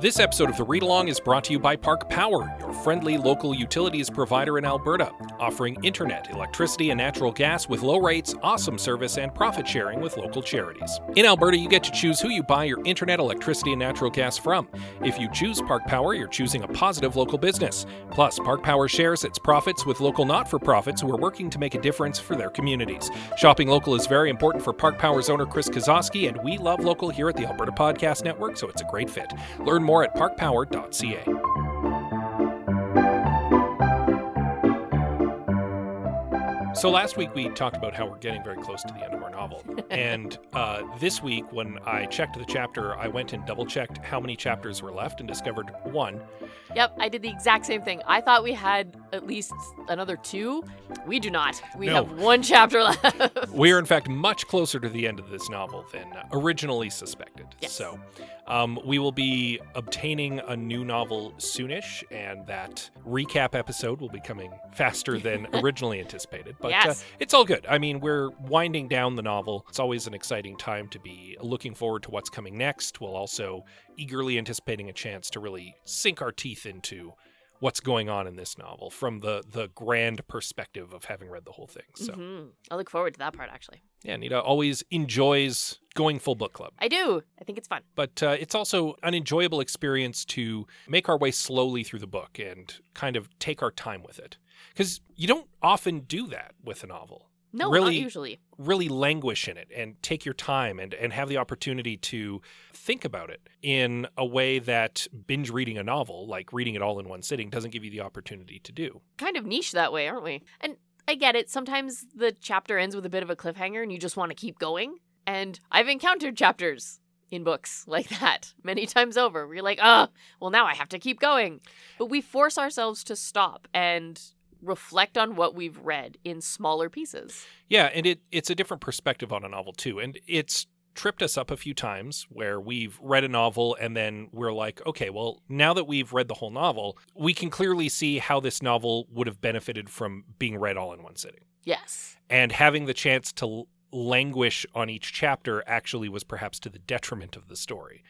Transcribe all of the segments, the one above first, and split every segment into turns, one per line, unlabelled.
This episode of the Read Along is brought to you by Park Power, your friendly local utilities provider in Alberta, offering internet, electricity, and natural gas with low rates, awesome service, and profit sharing with local charities. In Alberta, you get to choose who you buy your internet, electricity, and natural gas from. If you choose Park Power, you're choosing a positive local business. Plus, Park Power shares its profits with local not for profits who are working to make a difference for their communities. Shopping local is very important for Park Power's owner, Chris Kozowski, and we love local here at the Alberta Podcast Network, so it's a great fit. Learn more at parkpower.ca. So last week we talked about how we're getting very close to the end of our novel, and uh, this week when I checked the chapter, I went and double checked how many chapters were left and discovered one.
Yep, I did the exact same thing. I thought we had at least another two. We do not. We
No.
have one chapter left.
We are in fact much closer to the end of this novel than originally suspected.
Yes.
So um, we will be obtaining a new novel soonish, and that recap episode will be coming faster than originally anticipated. But uh,
Yes.
it's all good. I mean, we're winding down the novel. It's always an exciting time to be looking forward to what's coming next, while also eagerly anticipating a chance to really sink our teeth into what's going on in this novel from the the grand perspective of having read the whole thing. So.
Mhm. I look forward to that part, actually.
Yeah, Nita always enjoys going full book club,
I do. I think it's fun.
but uh, it's also an enjoyable experience to make our way slowly through the book and kind of take our time with it. Because you don't often do that with a novel.
No,
Really-
not usually.
Really languish in it and take your time and, and have the opportunity to think about it in a way that binge reading a novel, like reading it all in one sitting, doesn't give you the opportunity to do.
Kind of niche that way, aren't we? And I get it. Sometimes the chapter ends with a bit of a cliffhanger and you just want to keep going. And I've encountered chapters in books like that many times over. We're like, oh, well, now I have to keep going. But we force ourselves to stop and reflect on what we've read in smaller pieces.
Yeah, and it it's a different perspective on a novel too, and it's tripped us up a few times where we've read a novel and then we're like, okay, well, now that we've read the whole novel, we can clearly see how this novel would have benefited from being read all in one sitting.
Yes.
And having the chance to l- languish on each chapter actually was perhaps to the detriment of the story.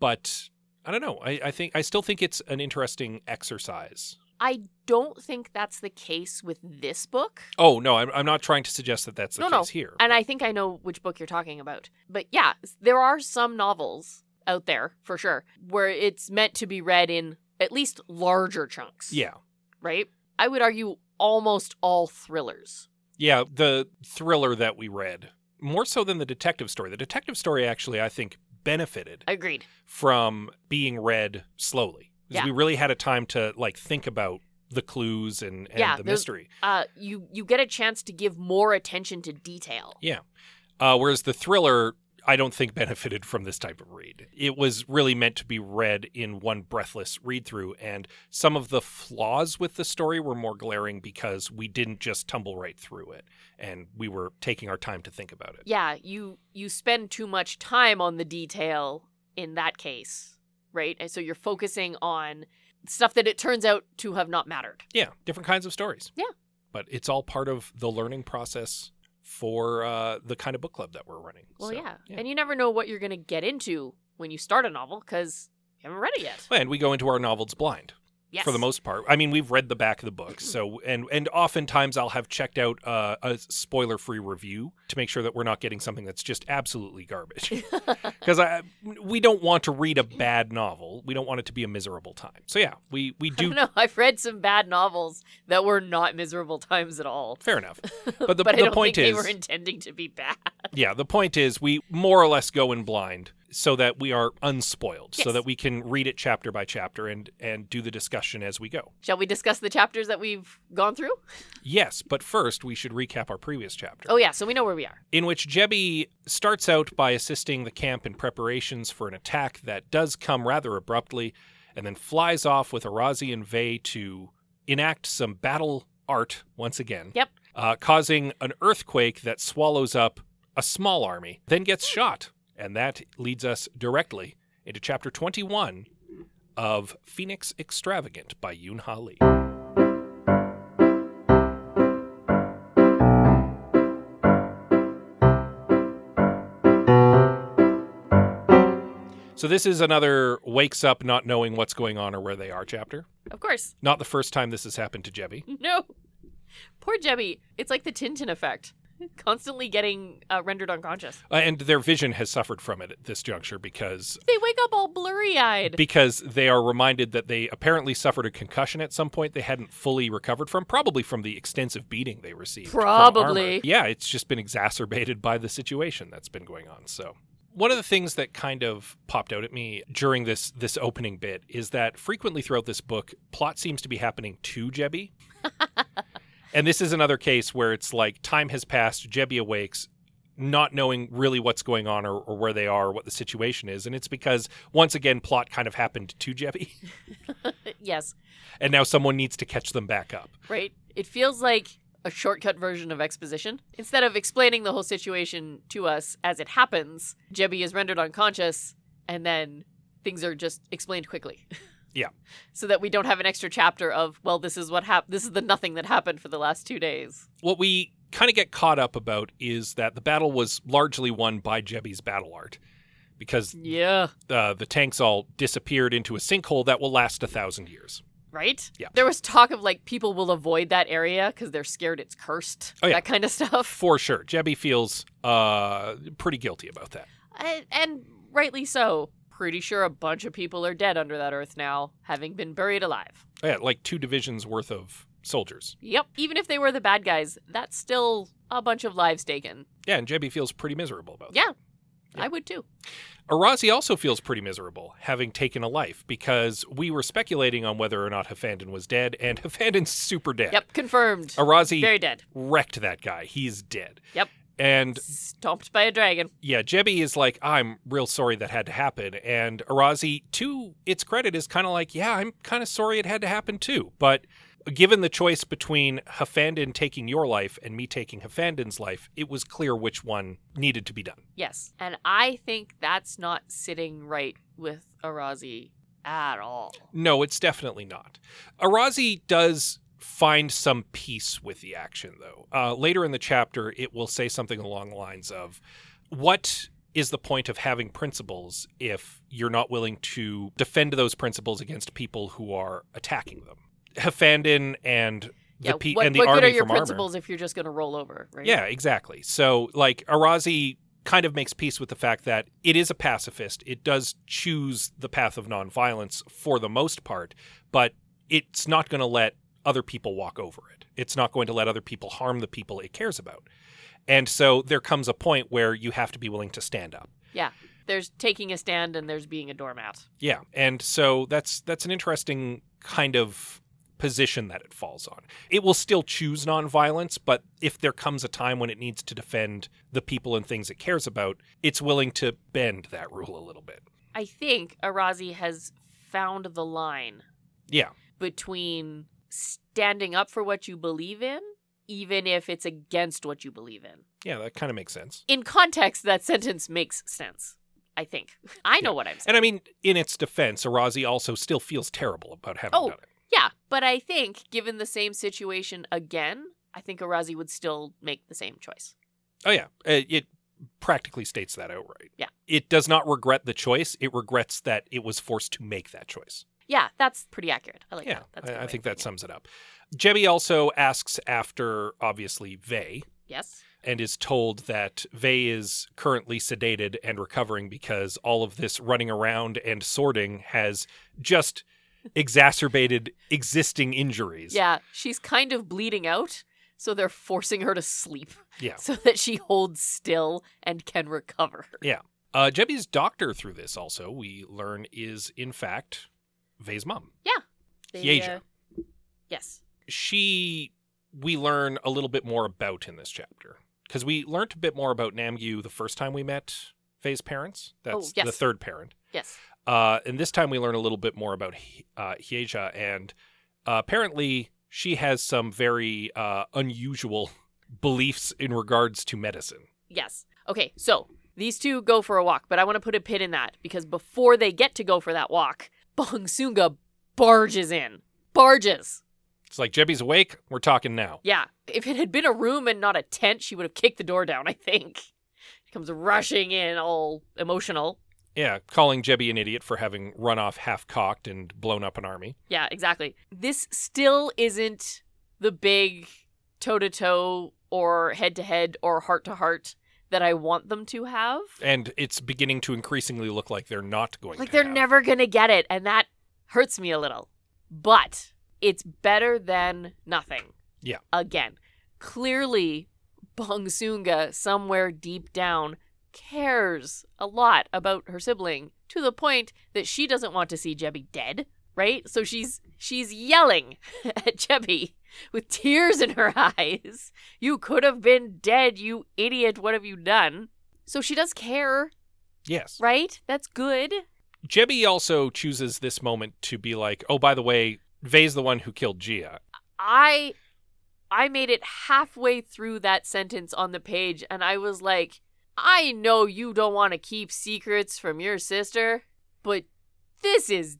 But I don't know. I, I think I still think it's an interesting exercise.
I don't think that's the case with this book.
Oh no, I'm, I'm not trying to suggest that that's the
No, no.
case here.
And I think I know which book you're talking about. But yeah, s- there are some novels out there for sure where it's meant to be read in at least larger chunks.
yeah.
Right? I would argue almost all thrillers.
Yeah, the thriller that we read, more so than the detective story. The detective story actually, I think, benefited
Agreed.
from being read slowly. 'Cause
Yeah.
We really had a time to like think about the clues and, and
Yeah,
the
there's-
mystery.
Uh you you get a chance to give more attention to detail.
Yeah. Uh, whereas the thriller, I don't think benefited from this type of read. It was really meant to be read in one breathless read through, and some of the flaws with the story were more glaring because we didn't just tumble right through it, and we were taking our time to think about it.
Yeah, you you spend too much time on the detail in that case, right? And so you're focusing on stuff that it turns out to have not mattered.
Yeah, different kinds of stories.
Yeah.
But it's all part of the learning process for uh, the kind of book club that we're running.
Well,
So,
yeah. And you never know what you're going to get into when you start a novel because you haven't read it yet.
Well, and we go into our novels blind
Yes.
for the most part. I mean, we've read the back of the book, so and and oftentimes I'll have checked out uh, a spoiler-free review to make sure that we're not getting something that's just absolutely garbage. Because I we don't want to read a bad novel. We don't want it to be a miserable time. So yeah, we we do.
no, I've read some bad novels that were not miserable times at all.
Fair enough. But the
but I
the
don't
point
think
is
they were intending to be bad.
Yeah, the point is we more or less go in blind so that we are unspoiled, so
Yes.
that we can read it chapter by chapter and and do the discussion as we go.
Shall we discuss the chapters that we've gone through?
Yes, but first we should recap our previous chapter
Oh yeah, so we know where we are.
in which Jebby starts out by assisting the camp in preparations for an attack that does come rather abruptly and then flies off with Arazi and Vey to enact some battle art once again.
Yep.
Uh, causing an earthquake that swallows up a small army, then gets shot. And that leads us directly into chapter 21 of Phoenix Extravagant by Yoon Ha Lee. So this is another wakes up not knowing what's going on or where they are chapter.
Of course.
Not the first time this has happened to Jebby.
No. Poor Jebby. It's like the Tintin effect. Constantly getting uh, rendered unconscious.
Uh, and their vision has suffered from it at this juncture because
They wake up all blurry eyed.
because they are reminded that they apparently suffered a concussion at some point they hadn't fully recovered from, probably from the extensive beating they received. from
Probably.
armor. yeah, it's just been exacerbated by the situation that's been going on. So, one of the things that kind of popped out at me during this this opening bit is that frequently throughout this book, plot seems to be happening to Jebby. and this is another case where it's like time has passed, Jebby awakes, not knowing really what's going on or, or where they are, or what the situation is. And it's because, once again, plot kind of happened to Jebby,
Uh, yes.
and now someone needs to catch them back up.
Right. It feels like a shortcut version of exposition. Instead of explaining the whole situation to us as it happens, Jebby is rendered unconscious and then things are just explained quickly.
Yeah.
So that we don't have an extra chapter of, well, this is what happened. This is the nothing that happened for the last two days.
What we kind of get caught up about is that the battle was largely won by Jebby's battle art. Because
Yeah.
uh, the tanks all disappeared into a sinkhole that will last a thousand years.
Right?
Yeah.
There was talk of like people will avoid that area because they're scared it's cursed.
Oh, yeah.
That kind of stuff.
For sure. Jebby feels uh, pretty guilty about that.
And, and rightly so. Pretty sure a bunch of people are dead under that earth now, having been buried alive.
Yeah, like two divisions worth of soldiers.
Yep. Even if they were the bad guys, that's still a bunch of lives taken.
Yeah, and Jebby feels pretty miserable about that.
Yeah. I would too.
Arazi also feels pretty miserable, having taken a life, because we were speculating on whether or not Hafandin was dead, and Hafandin's super dead.
Yep. Confirmed.
Arazi
Very dead.
wrecked that guy. He's dead.
Yep.
And
Stomped by a dragon.
yeah, Jebby is like, I'm real sorry that had to happen. And Arazi, to its credit, is kind of like, yeah, I'm kind of sorry it had to happen too. But given the choice between Hafandin taking your life and me taking Hafandin's life, it was clear which one needed to be done.
Yes. And I think that's not sitting right with Arazi at all.
No, it's definitely not. Arazi does find some peace with the action, though. Uh, later in the chapter, it will say something along the lines of What is the point of having principles if you're not willing to defend those principles against people who are attacking them? Hafandin and the,
yeah,
pe-
what,
and the
what
army
good are your
from Armor.
principles if you're just going to roll over, right?
Yeah, exactly. So, like, Arazi kind of makes peace with the fact that it is a pacifist. It does choose the path of nonviolence for the most part, but it's not going to let other people walk over it. It's not going to let other people harm the people it cares about. And so there comes a point where you have to be willing to stand up.
There's taking a stand and there's being a doormat.
Yeah, and so that's that's an interesting kind of position that it falls on. It will still choose nonviolence, but if there comes a time when it needs to defend the people and things it cares about, it's willing to bend that rule a little bit.
I think Arazi has found the line
Yeah,
between standing up for what you believe in, even if it's against what you believe in.
yeah, that kind of makes sense.
In context, that sentence makes sense. I think. I know
Yeah.
what I'm saying.
And I mean, in its defense, Arazi also still feels terrible about having
Oh.
done it.
Yeah, but I think given the same situation again, I think Arazi would still make the same choice.
Oh yeah, it, it practically states that outright.
Yeah.
it does not regret the choice; it regrets that it was forced to make that choice.
Yeah, that's pretty accurate. I like
yeah,
that. That's a good
I, I
way
think
of
that
putting
sums it up. Jebby also asks after, obviously, Vey
it. Yes.
and is told that Vey is currently sedated and recovering because all of this running around and sorting has just exacerbated existing injuries.
Yeah, she's kind of bleeding out, so they're forcing her to sleep
Yeah.
so that she holds still and can recover.
Uh, Jebby's doctor, through this also, we learn is, in fact, Vey's mom. Yeja.
yes.
she we learn a little bit more about in this chapter because we learnt a bit more about Namgyu the first time we met Faye's parents. That's
Oh, yes.
the third parent.
Yes.
Uh, and this time we learn a little bit more about Hi- uh, Hyeja, and uh, apparently she has some very uh, unusual beliefs in regards to medicine.
Yes. Okay, so these two go for a walk, but I want to put a pin in that because before they get to go for that walk, Bongsunga barges in. Barges.
It's like Jebby's awake. We're talking now.
Yeah. If it had been a room and not a tent, she would have kicked the door down, I think. She comes rushing in all emotional.
Yeah, calling Jebby an idiot for having run off half cocked and blown up an army.
Yeah, exactly. This still isn't the big toe to toe or head to head or heart to heart that I want them to have.
And it's beginning to increasingly look like they're not going
Like
to.
they're
have.
never going to get it and that hurts me a little. But it's better than nothing.
Yeah.
Again, clearly Bongsunga somewhere deep down cares a lot about her sibling to the point that she doesn't want to see Jebby dead, right? So she's she's yelling at Jebby with tears in her eyes. You could have been dead, you idiot. What have you done? So she does care,
Yes.
right? That's good.
Jebby also chooses this moment to be like, oh, by the way, Vay's the one who killed Gia.
I I made it halfway through that sentence on the page and I was like, I know you don't want to keep secrets from your sister, but this is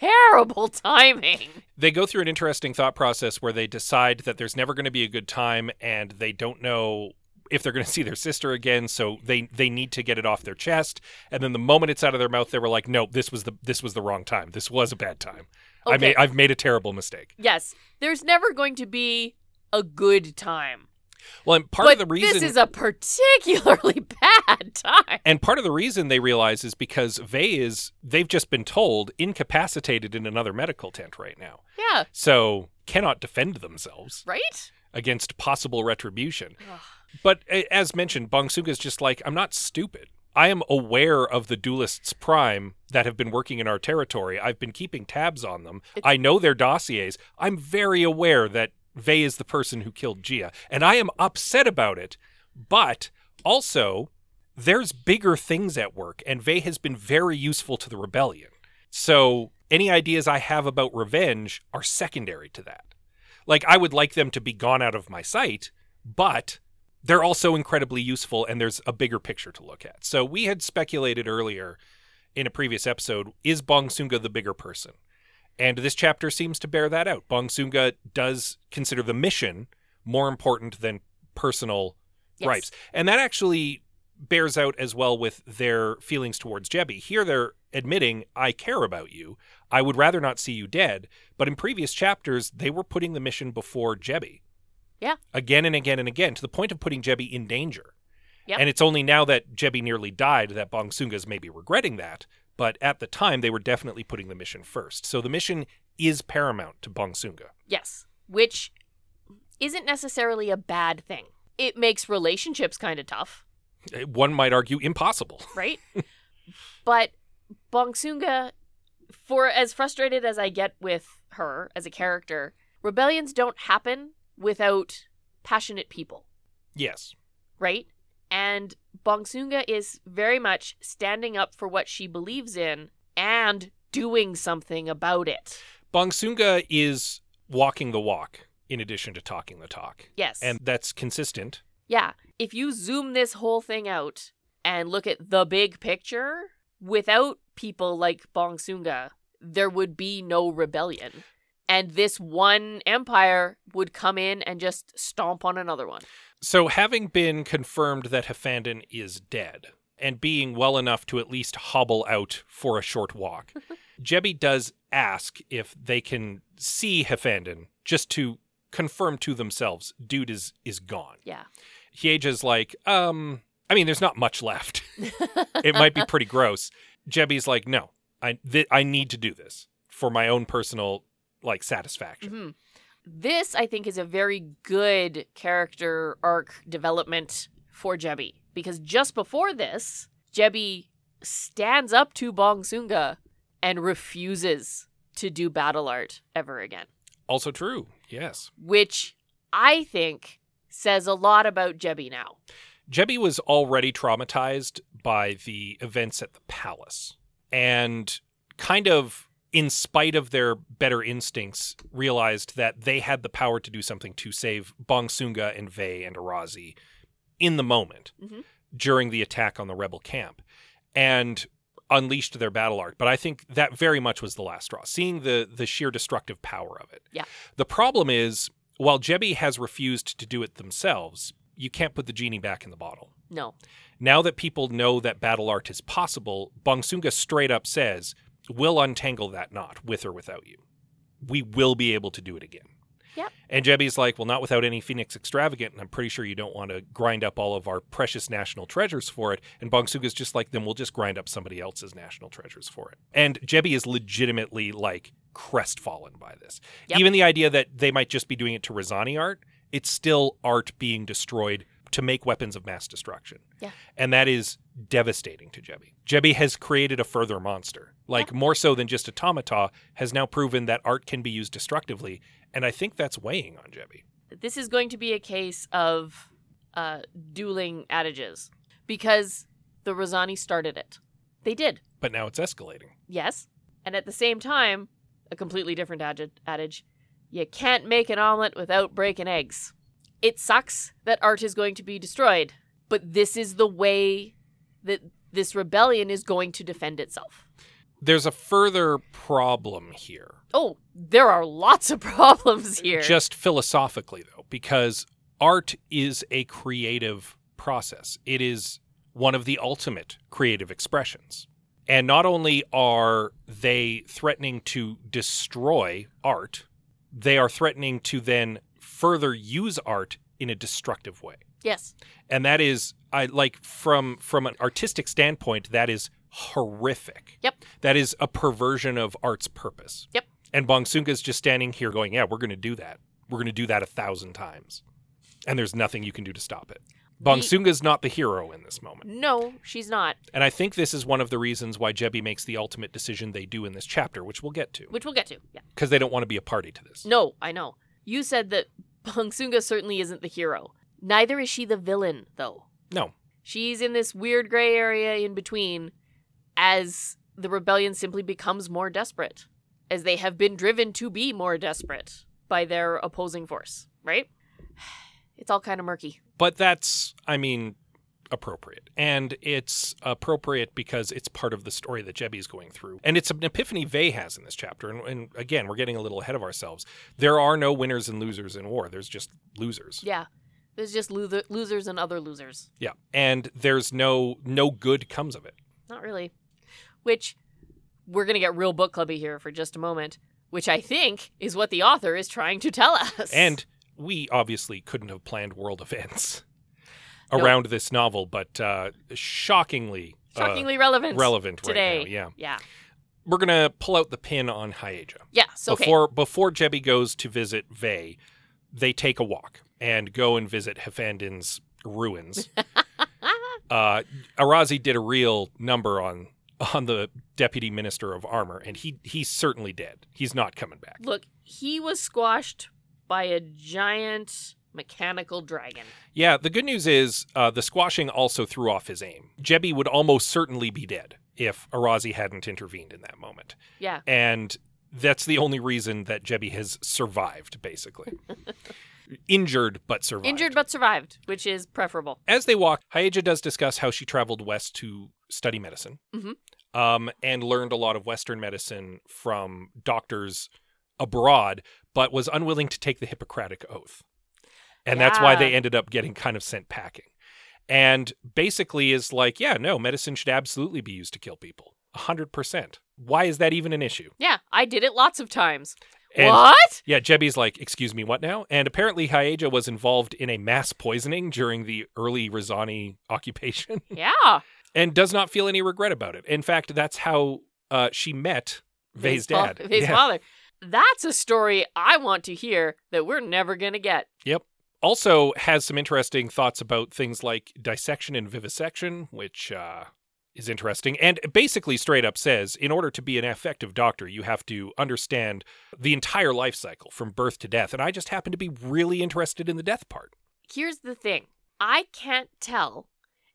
terrible timing.
They go through an interesting thought process where they decide that there's never going to be a good time and they don't know if they're going to see their sister again, so they they need to get it off their chest. And then the moment it's out of their mouth, they were like, no, this was the this was the wrong time. This was a bad time. I made I've made a terrible mistake.
yes, there's never going to be a good time.
Well, and part
but
of the reason
this is a particularly bad time.
And part of the reason they realize is because Vay is, they've just been told, incapacitated in another medical tent right now.
Yeah,
So cannot defend themselves
right?
against possible retribution.
Ugh.
But a- as mentioned, Bongsuga's just like, I'm not stupid. I am aware of the duelists prime that have been working in our territory. I've been keeping tabs on them.
It's-
I know their dossiers. I'm very aware that Vey is the person who killed Gia, and I am upset about it. But also, there's bigger things at work, and Vey has been very useful to the rebellion. So any ideas I have about revenge are secondary to that. Like I would like them to be gone out of my sight, but they're also incredibly useful and there's a bigger picture to look at. So we had speculated earlier in a previous episode, is Bongsunga the bigger person? And this chapter seems to bear that out. Bongsunga does consider the mission more important than personal
Yes.
gripes. And that actually bears out as well with their feelings towards Jebby. Here they're admitting, I care about you. I would rather not see you dead. But in previous chapters, they were putting the mission before Jebby.
Yeah.
Again and again and again to the point of putting Jebby in danger.
Yep.
And it's only now that Jebby nearly died that Bongsunga's maybe regretting that. But at the time, they were definitely putting the mission first. So the mission is paramount to Bongsunga.
Yes, which isn't necessarily a bad thing. It makes relationships kind of tough.
Eh, One might argue impossible.
right? but Bongsunga, for as frustrated as I get with her as a character, rebellions don't happen without passionate people,
Yes.
right? And Bongsunga is very much standing up for what she believes in and doing something about it.
Bongsunga is walking the walk in addition to talking the talk.
Yes.
And that's consistent.
Yeah. If you zoom this whole thing out and look at the big picture, without people like Bongsunga, there would be no rebellion. And this one empire would come in and just stomp on another one.
So, having been confirmed that Hefandin is dead and being well enough to at least hobble out for a short walk, Jebby does ask if they can see Hefandin just to confirm to themselves dude is is gone.
Yeah.
Hyeja's like, um, I mean, there's not much left. it might be pretty gross. Jebby's like, no, I th- I need to do this for my own personal like satisfaction.
Mhm. This, I think, is a very good character arc development for Jebby. Because just before this, Jebby stands up to Bongsunga and refuses to do battle art ever again,
Also true. Yes.
which I think says a lot about Jebby now.
Jebby was already traumatized by the events at the palace. and kind of in spite of their better instincts realized that they had the power to do something to save Bongsunga and Vei and Arazi in the moment
Mhm.
during the attack on the rebel camp and unleashed their battle art but i think that very much was the last straw seeing the the sheer destructive power of it
Yeah.
the problem is while jebi has refused to do it themselves you can't put the genie back in the bottle
No.
now that people know that battle art is possible, Bongsunga straight up says, We'll untangle that knot with or without you. We will be able to do it again.
Yep.
And Jebi's like, Well, not without any Phoenix extravagant, and I'm pretty sure you don't want to grind up all of our precious national treasures for it. And Bongsunga's just like, Then we'll just grind up somebody else's national treasures for it. And Jebi is legitimately like crestfallen by this.
Yep.
Even the idea that they might just be doing it to Rosani art, it's still art being destroyed to make weapons of mass destruction and that is devastating to Jebi. Jebi has created a further monster, like more so than just automata, has now proven that art can be used destructively, and I think that's weighing on Jebi.
This is going to be a case of uh, dueling adages because the Rosani started it. They did.
But now it's escalating.
Yes. And at the same time, a completely different adage, adage you can't make an omelet without breaking eggs. It sucks that art is going to be destroyed, but this is the way that this rebellion is going to defend itself.
There's a further problem here,
Oh, there are lots of problems here.
just philosophically though, because art is a creative process. It is one of the ultimate creative expressions. And not only are they threatening to destroy art, they are threatening to then further use art in a destructive way.
yes.
And that is I like from from an artistic standpoint that is horrific.
Yep.
That is a perversion of art's purpose.
Yep.
And Bongsunga's just standing here going, "Yeah, we're going to do that. We're going to do that a thousand times." And there's nothing you can do to stop it.
The-
Bongsunga's not the hero in this moment.
No, she's not,
And I think this is one of the reasons why Jebi makes the ultimate decision they do in this chapter, which we'll get to,
which we'll get to. Yeah.
because they don't want to be a party to this.
No, I know. You said that Bongsunga certainly isn't the hero. Neither is she the villain, though.
No.
She's in this weird gray area in between as the rebellion simply becomes more desperate, as they have been driven to be more desperate by their opposing force, right? It's all kind of murky.
But that's, I mean, appropriate. And it's appropriate because it's part of the story that Jebi's going through. And it's an epiphany Vey has in this chapter. And, and again, we're getting a little ahead of ourselves. There are no winners and losers in war, there's just losers.
Yeah. There's just loser- losers and other losers.
yeah. And there's no no good comes of it.
Not really. Which we're going to get real book clubby here for just a moment, which I think is what the author is trying to tell us.
And we obviously couldn't have planned world events
No.
around this novel, but uh, shockingly, uh,
shockingly relevant.
relevant
today.
right now. Yeah,
Yeah.
we're gonna pull out the pin on Hyeja
Yeah. So okay.
before before Jebi goes to visit Vey. They take a walk and go and visit Hefandin's ruins. uh, Arazi did a real number on on the deputy minister of armor, and he he's certainly dead. He's not coming back.
Look, he was squashed by a giant mechanical dragon.
Yeah, the good news is uh, the squashing also threw off his aim. Jebi would almost certainly be dead if Arazi hadn't intervened in that moment.
Yeah.
And that's the only reason that Jebi has survived, basically. Injured, but survived.
Injured but survived, which is preferable.
As they walk, Hayeja does discuss how she traveled west to study medicine
Mhm.
um, and learned a lot of Western medicine from doctors abroad, but was unwilling to take the Hippocratic Oath. And that's why
Yeah.
they ended up getting kind of sent packing. And basically is like, yeah, no, medicine should absolutely be used to kill people. 100%. Why is that even an issue?
Yeah, I did it lots of times.
And
what?
yeah, Jebi's like, excuse me, what now? And apparently Hyeja was involved in a mass poisoning during the early Rizani occupation
Yeah.
and does not feel any regret about it. In fact, that's how uh, she met Vei's
fa-
dad.
Vei's
Yeah.
father. That's a story I want to hear that we're never going to get.
Also has some interesting thoughts about things like dissection and vivisection, which uh, is interesting. And basically, straight up says, in order to be an effective doctor, you have to understand the entire life cycle from birth to death. And I just happen to be really interested in the death part.
Here's the thing I can't tell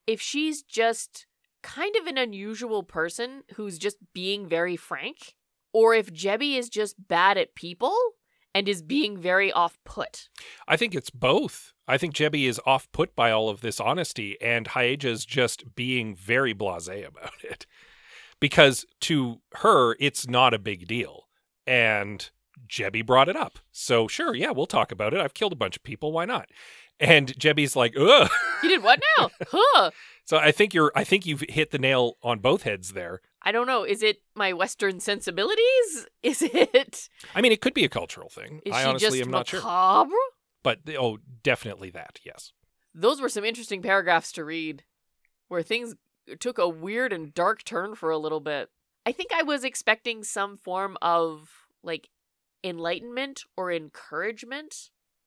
if she's just kind of an unusual person who's just being very frank, or if Jebby is just bad at people and is being very off put.
I think it's both. I think Jebby is off put by all of this honesty, and Hyeja's just being very blase about it. Because to her, it's not a big deal. And Jebby brought it up. So, sure, yeah, we'll talk about it. I've killed a bunch of people. Why not? And Jebby's like, ugh.
You did what now? huh.
So I think you're I think you've hit the nail on both heads there.
I don't know. Is it my Western sensibilities? Is it?
I mean, it could be a cultural thing.
Is
I
she
honestly
just
am not sure.
macabre?
But oh, definitely that. Yes.
Those were some interesting paragraphs to read, where things took a weird and dark turn for a little bit. I think I was expecting some form of like enlightenment or encouragement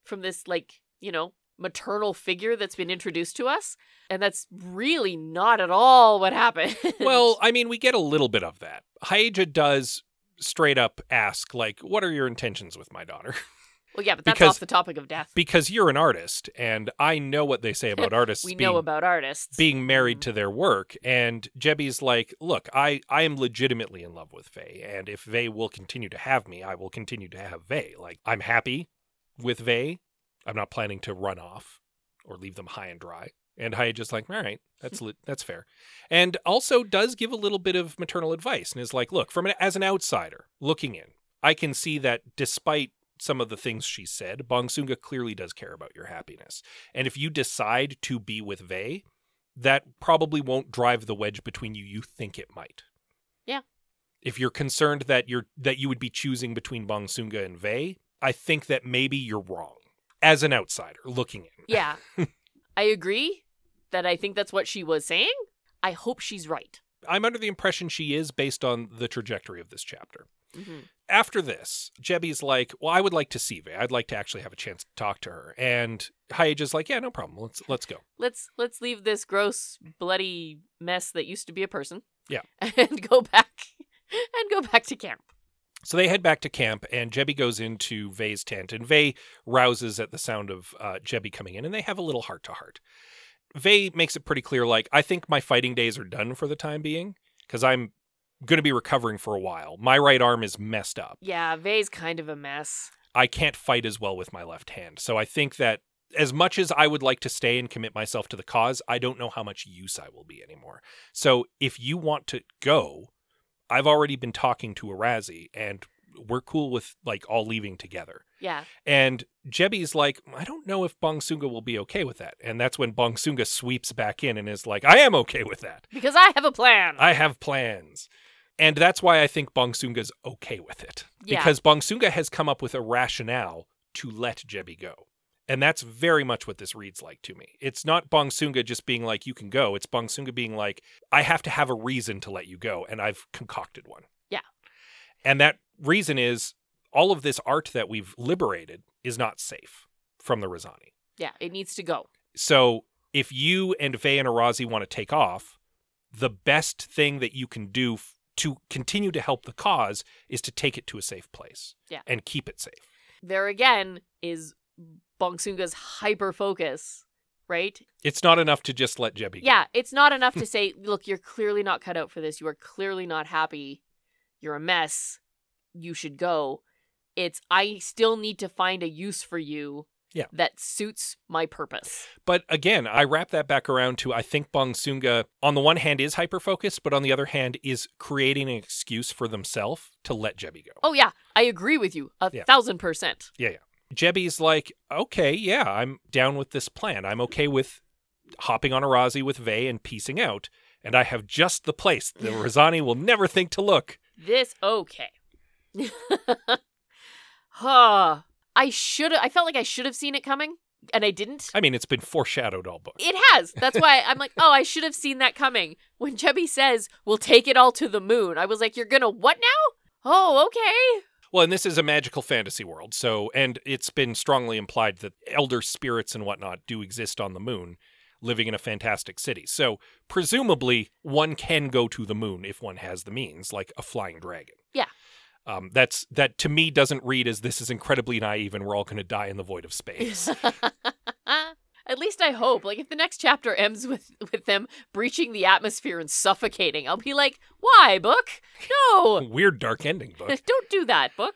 from this like you know maternal figure that's been introduced to us, and that's really not at all what happened.
Well, I mean, we get a little bit of that. Hyeja does straight up ask like, "What are your intentions with my daughter?"
well, yeah, but that's
because-
off the topic of death.
because you're an artist, and I know what they say about artists.
we
being,
know about artists.
being married
Mhm.
to their work. And Jebby's like, "Look, I I am legitimately in love with Vay, and if Vay will continue to have me, I will continue to have Vay. Like, I'm happy with Vay. I'm not planning to run off or leave them high and dry." And Haya just like, all right, that's li- that's fair, and also does give a little bit of maternal advice and is like, look, from an, as an outsider looking in, I can see that despite some of the things she said, Bongsunga clearly does care about your happiness, and if you decide to be with Vay, that probably won't drive the wedge between you you think it might.
Yeah.
If you're concerned that you're that you would be choosing between Bongsunga and Vay, I think that maybe you're wrong as an outsider looking in.
Yeah. I agree that I think that's what she was saying. I hope she's right.
I'm under the impression she is based on the trajectory of this chapter.
hmm
After this, Jebby's like, "Well, I would like to see Vay. I'd like to actually have a chance to talk to her." And Hyeja's like, "Yeah, no problem. Let's let's go."
Let's let's leave this gross bloody mess that used to be a person.
Yeah.
And go back and go back to camp.
So they head back to camp, and Jebby goes into Vay's tent, and Vay rouses at the sound of uh, Jebby coming in, and they have a little heart to heart. Vay makes it pretty clear, like, I think my fighting days are done for the time being, because I'm going to be recovering for a while. My right arm is messed up.
Yeah, Vay's kind of a mess.
I can't fight as well with my left hand. So I think that as much as I would like to stay and commit myself to the cause, I don't know how much use I will be anymore. So if you want to go, I've already been talking to Arazi and we're cool with like all leaving together.
Yeah.
And Jebby's like, I don't know if Bongsunga will be okay with that. And that's when Bongsunga sweeps back in and is like, I am okay with that.
Because I have a plan.
I have plans. And that's why I think Bongsunga's okay with it.
Yeah.
Because Bongsunga has come up with a rationale to let Jebby go. And that's very much what this reads like to me. It's not Bongsunga just being like, you can go. It's Bongsunga being like, I have to have a reason to let you go. And I've concocted one.
Yeah.
And that reason is all of this art that we've liberated is not safe from the Razani.
yeah, it needs to go.
So if you and Vey and Arazi want to take off, the best thing that you can do f- to continue to help the cause is to take it to a safe place
Yeah.
and keep it safe.
There again is Bongsunga's hyper focus, right?
It's not enough to just let Jebby
Yeah, it's not enough to say, look, you're clearly not cut out for this. You are clearly not happy. You're a mess. You should go. It's, I still need to find a use for you
Yeah.
that suits my purpose.
go. But again, I wrap that back around to I think Bongsunga, on the one hand, is hyper focused, but on the other hand, is creating an excuse for themselves to let Jebby go.
Oh, yeah, I agree with you a
Yeah.
thousand percent.
Jebby's like, okay, yeah, I'm down with this plan. I'm okay with hopping on a Razi with Vey and piecing out. And I have just the place the Razani will never think to look.
This, okay. huh. I should I felt like I should have seen it coming, and I didn't.
I mean, it's been foreshadowed all book.
It has. That's why I'm like, oh, I should have seen that coming. When Chubby says, we'll take it all to the moon, I was like, you're going to what now? Oh, okay.
Well, and this is a magical fantasy world, so and it's been strongly implied that elder spirits and whatnot do exist on the moon, living in a fantastic city. So presumably, one can go to the moon if one has the means, like a flying dragon.
Yeah.
Um, that's that to me doesn't read as this is incredibly naive and we're all going to die in the void of space.
At least I hope. Like if the next chapter ends with with them breaching the atmosphere and suffocating, I'll be like, "Why, book? No.
Weird dark ending book.
Don't do that, book."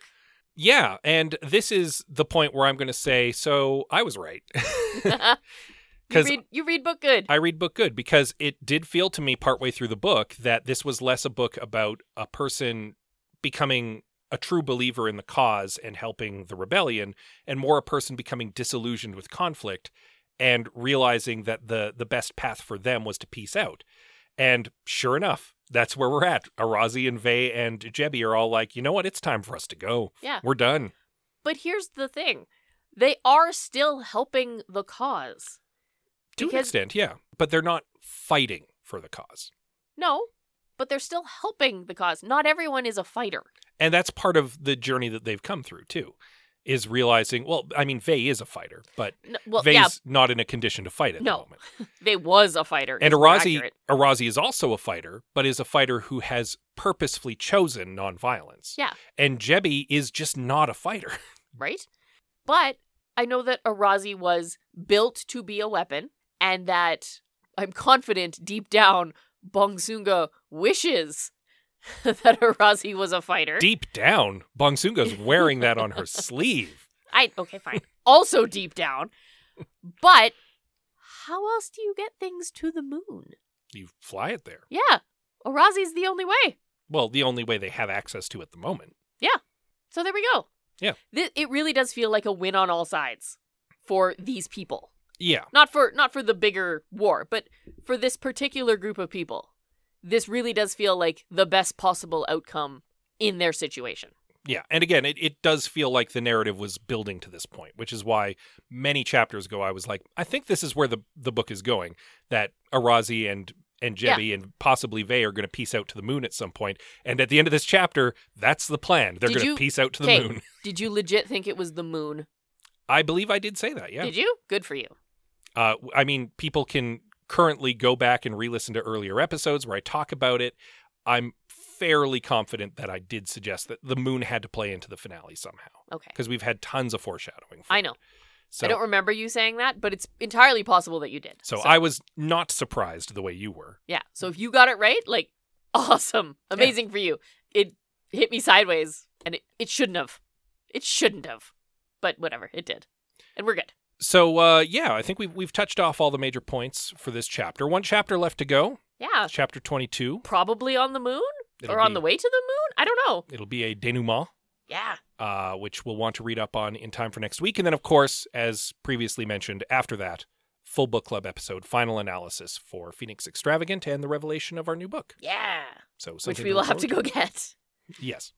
Yeah, and this is the point where I'm going to say, so I was right.
you
'Cause-
read you read book good.
I read book good because it did feel to me partway through the book that this was less a book about a person becoming a true believer in the cause and helping the rebellion and more a person becoming disillusioned with conflict and realizing that the the best path for them was to peace out. And sure enough, that's where we're at. Arazi and Vey and Jebi are all like, you know what? It's time for us to go.
Yeah.
We're done.
But here's the thing. They are still helping the cause.
To an
Because-
extent, yeah. But they're not fighting for the cause.
No, but they're still helping the cause. Not everyone is a fighter.
and that's part of the journey that they've come through too is realizing well i mean vey is a fighter but
No, well,
vey's
yeah,
not in a condition to fight at the
No.
moment
they was a fighter.
and
is more
arazi
accurate.
arazi is also a fighter but is a fighter who has purposefully chosen nonviolence
Yeah.
and jebi is just not a fighter
right? But I know that Arazi was built to be a weapon, and that I'm confident deep down Bongsunga wishes that Arazi was a fighter.
deep down bongsunga's wearing that on her sleeve
I okay, fine. also deep down. But how else do you get things to the moon?
you fly it there
Yeah. Arazi's the only way.
well the only way they have access to at the moment
So there we go.
Yeah.
Thi- it really does feel like a win on all sides for these people.
yeah
not for not for the bigger war, but for this particular group of people. This really does feel like the best possible outcome in their situation.
Yeah, and again, it, it does feel like the narrative was building to this point, which is why many chapters ago I was like, I think this is where the the book is going. That Arazi and and
Yeah.
Jebi and possibly Vey are going to peace out to the moon at some point, and at the end of this chapter, that's the plan. They're
Did
going to
you-
peace out to the
'Kay.
moon.
Did you legit think it was the moon?
I believe I did say that. Yeah,
Did you? Good for you.
uh, I mean, people can currently go back and re-listen to earlier episodes where I talk about it. I'm fairly confident that I did suggest that the moon had to play into the finale somehow
Okay.
because we've had tons of foreshadowing. for
I
it.
know.
So
I don't remember you saying that, but it's entirely possible that you did.
So, I was not surprised the way you were.
Yeah. So if you got it right, like awesome. Amazing for you. It hit me sideways and it, it shouldn't have. It shouldn't have. But whatever, it did. And we're good.
So uh, yeah, I think we've we've touched off all the major points for this chapter. One chapter left to go.
Yeah.
Chapter twenty two.
Probably on the moon? or Uh, on the way to the moon? I don't know.
It'll be a denouement,
Yeah.
uh, which we'll want to read up on in time for next week, and then of course, as previously mentioned, after that, full book club episode, final analysis for Phoenix Extravagant and the revelation of our new book.
Yeah.
So
Which
something
we will
look
have to
forward
go get.
Yes.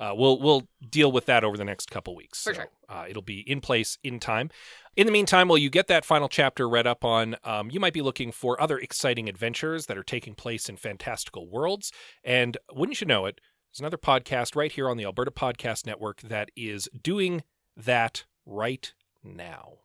Uh, we'll we'll deal with that over the next couple weeks.
For
so,
sure.
uh, it'll be in place in time. In the meantime, while you get that final chapter read up on, um, you might be looking for other exciting adventures that are taking place in fantastical worlds. And wouldn't you know it, there's another podcast right here on the Alberta Podcast Network that is doing that right now.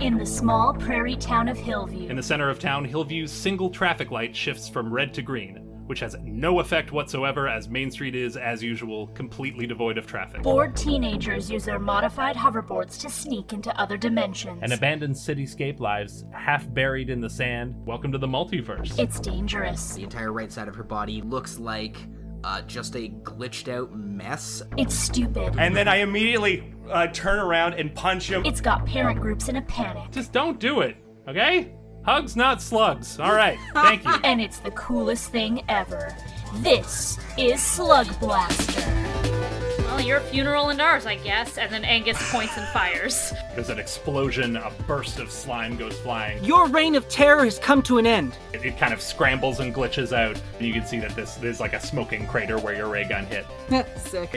In the small prairie town of Hillview.
In the center of town, Hillview's single traffic light shifts from red to green, which has no effect whatsoever as Main Street is, as usual, completely devoid of traffic.
Bored teenagers use their modified hoverboards to sneak into other dimensions.
An abandoned cityscape lies half buried in the sand. Welcome to the multiverse.
it's dangerous.
The entire right side of her body looks like uh, just a glitched out mess.
It's stupid.
And then I immediately uh, turn around and punch him.
It's got parent groups in a panic.
Just don't do it, okay? Hugs, not slugs. All right, thank you.
And it's the coolest thing ever. This is Slug Blaster. Well, your funeral and ours, I guess. And then Angus points and fires.
There's an explosion, a burst of slime goes flying.
Your reign of terror has come to an end.
It, it kind of scrambles and glitches out, and you can see that this there's like a smoking crater where your ray gun hit.
Sick.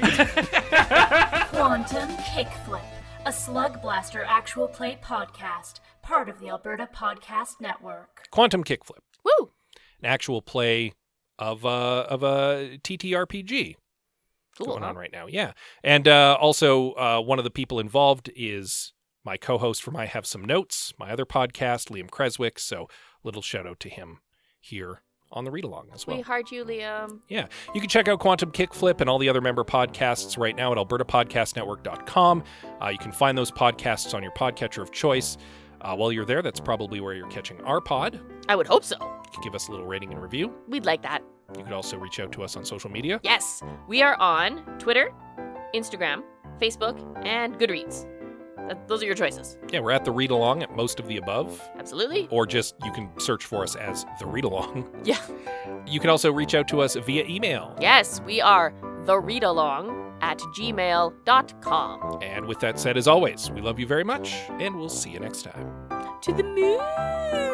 Quantum Kickflip, a Slug Blaster actual play podcast, part of the Alberta Podcast Network.
Quantum Kickflip,
Woo!
an actual play of a, of a TTRPG.
Cool.
going
huh?
on right now. Yeah, and uh, also uh, one of the people involved is my co-host from I Have Some Notes, my other podcast, Liam Creswick. So little shout out to him here on the read along as well.
We heart you, Liam.
Yeah. You can check out Quantum Kickflip and all the other member podcasts right now at albertapodcastnetwork.com. Uh, you can find those podcasts on your podcatcher of choice. Uh, while you're there, that's probably where you're catching our pod. You
I would hope so.
can give us a little rating and review.
We'd like that.
You could also reach out to us on social media.
Yes, we are on Twitter, Instagram, Facebook, and Goodreads. Th- those are your choices.
Yeah, we're at the read along at most of the above,
Absolutely.
or just you can search for us as the read along.
Yeah.
You can also reach out to us via email.
Yes, we are the readalong at gmail.com.
And with that said, as always, we love you very much, and we'll see you next time.
To the moon.